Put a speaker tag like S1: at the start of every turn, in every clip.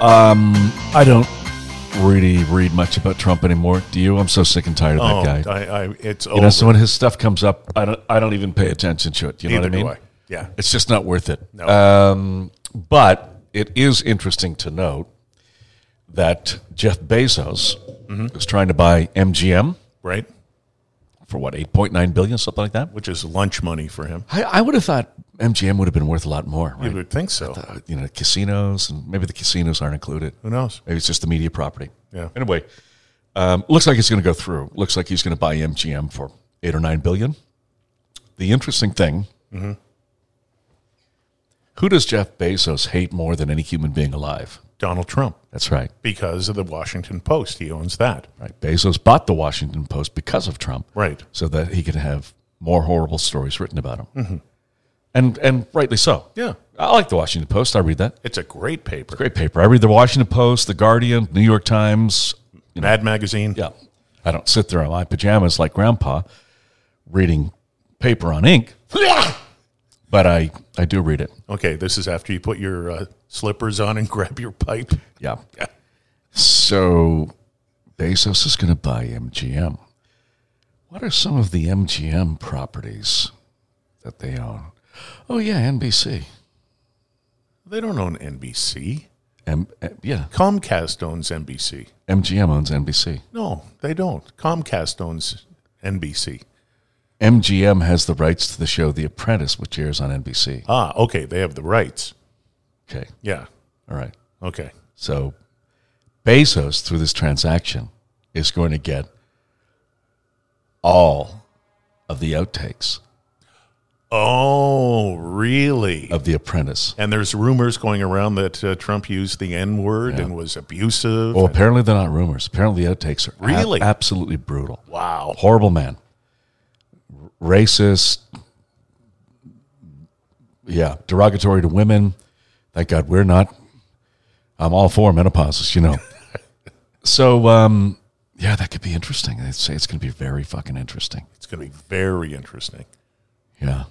S1: Um, I don't really read much about Trump anymore. Do you? I'm so sick and tired of
S2: Oh,
S1: that guy.
S2: I, I, it's
S1: you
S2: over.
S1: know, so when his stuff comes up, I don't, I don't even pay attention to it. You know
S2: Neither
S1: what I mean?
S2: do I. Yeah.
S1: It's just not worth it.
S2: No.
S1: Um, but it is interesting to note that Jeff Bezos
S2: Mm-hmm.
S1: is trying to buy MGM
S2: right?
S1: for what 8.9 billion, something like that.
S2: Which is lunch money for him.
S1: I, I would have thought MGM would have been worth a lot more.
S2: You
S1: Right?
S2: would think so.
S1: Uh, you know, casinos and maybe the casinos aren't included.
S2: Who knows?
S1: Maybe it's just the media property.
S2: Yeah.
S1: Anyway, um, looks like it's going to go through. Looks like he's going to buy MGM for eight or nine billion. The interesting thing: mm-hmm, who does Jeff Bezos hate more than any human being alive?
S2: Donald Trump,
S1: That's right.
S2: because of the Washington Post. He owns that.
S1: Right. Bezos bought the Washington Post because of Trump,
S2: Right.
S1: so that he could have more horrible stories written about him, and and rightly so.
S2: Mm-hmm. Yeah.
S1: I like the Washington Post. I read that.
S2: It's a great paper.
S1: Great paper. I read the Washington Post, the Guardian, New York Times.
S2: Mad Magazine.
S1: Yeah. I don't sit there in my pajamas like grandpa reading paper on ink, but I, I do read it.
S2: Okay, this is after you put your uh, slippers on and grab your pipe.
S1: Yeah. So Bezos is going to buy MGM. What are some of the MGM properties that they own? Oh, yeah, NBC.
S2: They don't own NBC.
S1: M- eh, yeah,
S2: Comcast owns NBC.
S1: MGM owns NBC.
S2: No, they don't. Comcast owns NBC.
S1: MGM has the rights to the show The Apprentice, which airs on NBC.
S2: Ah, okay, they have the rights.
S1: Okay.
S2: Yeah.
S1: All right.
S2: Okay.
S1: So Bezos, through this transaction, is going to get all of the outtakes
S2: Oh, really?
S1: of The Apprentice.
S2: And there's rumors going around that uh, Trump used the N word and was abusive.
S1: Well, apparently they're not rumors. Apparently the outtakes are ab-
S2: Really?
S1: absolutely brutal.
S2: wow.
S1: Horrible man. R- Racist. Yeah, derogatory to women. Thank God we're not. I'm all for menopauses, you know. so, um, yeah, that could be interesting. They say it's going to be very fucking interesting.
S2: It's going to be very interesting.
S1: Yeah.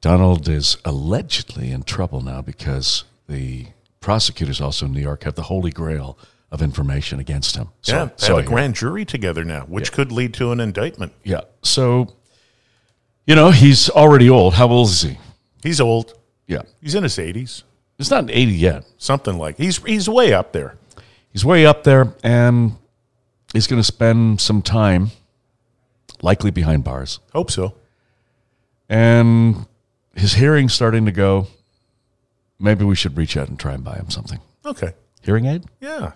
S1: Donald is allegedly in trouble now because the prosecutors also in New York have the holy grail of information against him. So,
S2: yeah, they
S1: so
S2: have a grand jury together now, which could lead to an indictment.
S1: yeah. So, you know, he's already old. How old is he?
S2: He's old.
S1: Yeah.
S2: He's in his 80s,
S1: He's not 80 yet.
S2: something like. He's he's way up there.
S1: He's way up there and he's going to spend some time likely behind bars.
S2: Hope so.
S1: And his hearing's starting to go. Maybe we should reach out and try and buy him something.
S2: Okay.
S1: Hearing aid?
S2: Yeah.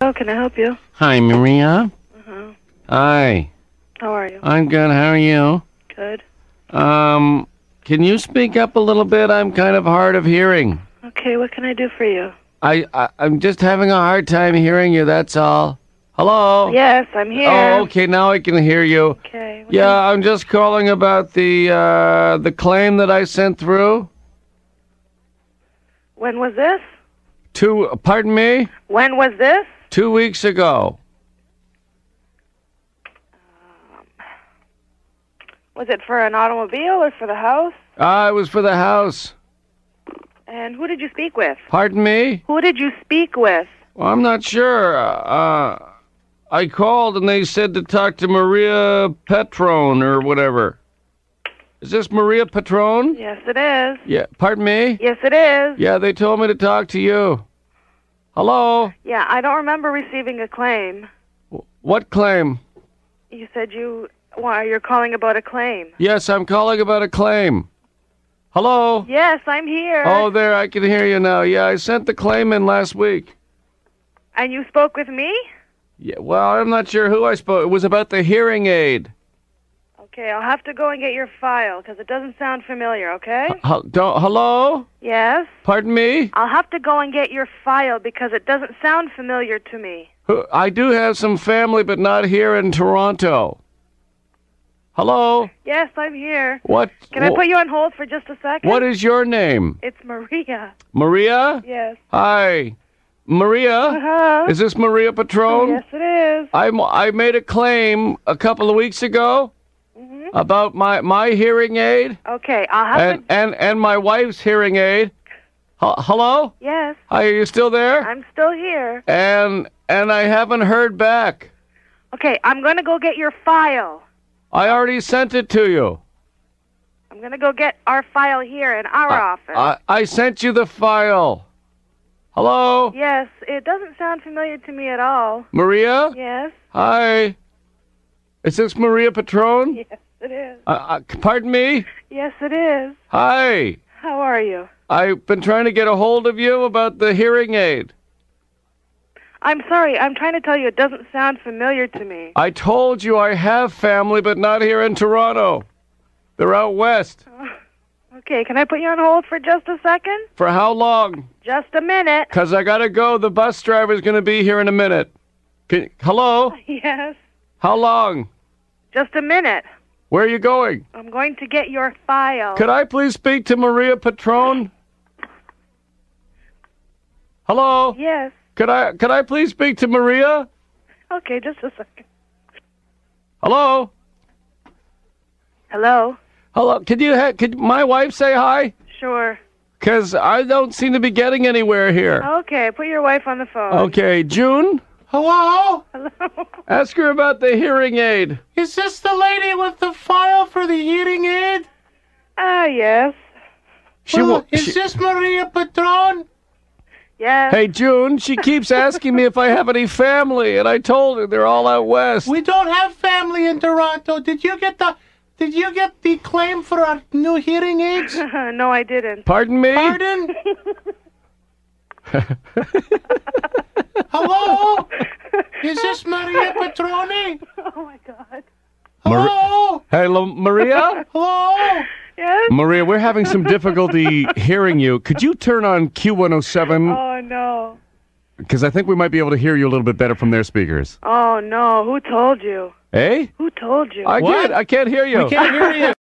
S3: How Oh, can I help you?
S4: Hi, Maria. Hi.
S3: How are you?
S4: I'm good. How are you?
S3: Good.
S4: Um, can you speak up a little bit? I'm kind of hard of hearing.
S3: Okay, what can I do for you?
S4: I, I I'm just having a hard time hearing you. That's all. Hello.
S3: Yes, I'm here.
S4: Oh, okay. Now I can hear you.
S3: Okay. what
S4: Yeah, I'm just calling about the uh, the claim that I sent through
S3: do- When was this?
S4: two. Pardon me.
S3: When was this?
S4: Two weeks ago.
S3: Was it for an automobile or for the house?
S4: Uh, it was for the house.
S3: And who did you speak with?
S4: Pardon me.
S3: Who did you speak with?
S4: Well, I'm not sure. Uh, I called and they said to talk to Maria Petrone or whatever. Is this Maria Petrone?
S3: Yes, it is.
S4: Yeah. Pardon me?
S3: Yes, it is.
S4: Yeah, they told me to talk to you. Hello?
S3: Yeah, I don't remember receiving a claim.
S4: What claim?
S3: You said you. Why you're calling about a claim?
S4: Yes, I'm calling about a claim. Hello?
S3: Yes, I'm here.
S4: Oh, there, I can hear you now. Yeah, I sent the claim in last week.
S3: and you spoke with me?
S4: Yeah, well, I'm not sure who I spoke. It was about the hearing aid.
S3: Okay, I'll have to go and get your file because it doesn't sound familiar. Okay?
S4: Hel- don't, hello?
S3: yes.
S4: Pardon me?
S3: I'll have to go and get your file because it doesn't sound familiar to me.
S4: Who- I do have some family, but not here in Toronto. Hello?
S3: Yes, I'm here.
S4: What?
S3: Can I put you on hold for just a second?
S4: What is your name?
S3: It's Maria.
S4: Maria?
S3: Yes.
S4: Hi. Maria?
S3: Huh?
S4: Is this Maria Patrone?
S3: Uh-huh. Oh, Yes, it is.
S4: I'm, I made a claim a couple of weeks ago
S3: Mm-hmm.
S4: about my, my hearing aid
S3: Okay, I'll have
S4: and,
S3: to.
S4: and, and my wife's hearing aid. H- hello?
S3: Yes,
S4: Hi, are you still there?
S3: I'm still here.
S4: And and I haven't heard back.
S3: Okay, I'm going to go get your file.
S4: I already sent it to you.
S3: I'm going to go get our file here in our office.
S4: I, I sent you the file. Hello?
S3: yes, it doesn't sound familiar to me at all.
S4: Maria?
S3: Yes,
S4: Hi. Is this Maria Patron?
S3: yes, it is.
S4: Uh, uh, pardon me?
S3: Yes, it is.
S4: Hi.
S3: How are you?
S4: I've been trying to get a hold of you about the hearing aid.
S3: I'm sorry. I'm trying to tell you it doesn't sound familiar to me.
S4: I told you I have family, but not here in Toronto. They're out west.
S3: Okay, can I put you on hold for just a second?
S4: For how long?
S3: Just a minute.
S4: Because I gotta go. The bus driver's gonna be here in a minute. Can, hello?
S3: Yes,
S4: How long?
S3: just a minute.
S4: Where are you going?
S3: I'm going to get your file.
S4: Could I please speak to Maria Patron? Hello?
S3: Yes.
S4: Could I could I please speak to Maria?
S3: Okay, just a second.
S4: Hello?
S3: Hello?
S4: Hello? Could you ha- could my wife say hi?
S3: Sure.
S4: Cause I don't seem to be getting anywhere here.
S3: Okay, put your wife on the phone.
S4: Okay, June. Hello.
S3: Hello?
S4: Ask her about the hearing aid.
S5: Is this the lady with the file for the hearing aid?
S3: Ah, yes.
S4: She
S5: Well,
S4: won't.
S5: is
S4: she-
S5: this Maria Patron?
S3: Yes.
S4: Hey June, she keeps asking me if I have any family, and I told her they're all out west.
S5: We don't have family in Toronto. Did you get the did you get the claim for our new hearing aids?
S3: no, I didn't.
S4: Pardon me.
S5: Pardon? Hello? Is this Maria Petroni?
S3: Oh, my God.
S5: Hello?
S4: Hey, Lo- Maria.
S5: Hello?
S3: Yes?
S4: Maria, we're having some difficulty hearing you. Could you turn on Q107?
S3: Oh, no.
S4: Because I think we might be able to hear you a little bit better from their speakers.
S3: Oh, no. Who told you?
S4: Hey,
S3: Who told you?
S4: I
S5: What?
S4: can't. I can't hear you.
S5: Can't hear you.